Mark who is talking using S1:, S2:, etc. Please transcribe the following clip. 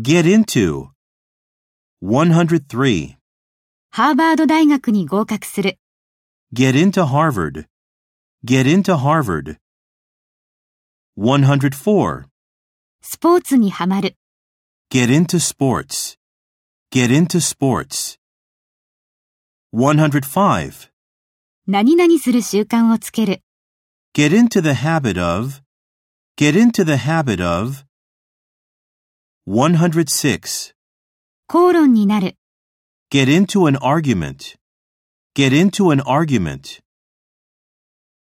S1: Get into. 103.
S2: ハーバード大学に合格する。
S1: Get into Harvard. Get into Harvard. 104.
S2: スポーツにはまる。
S1: Get into sports. Get into sports. 105.
S2: 何々する習慣をつける。
S1: Get into the habit of. Get into the habit of. 106.
S2: 口論になる。
S1: Get into an argument. Get into an argument.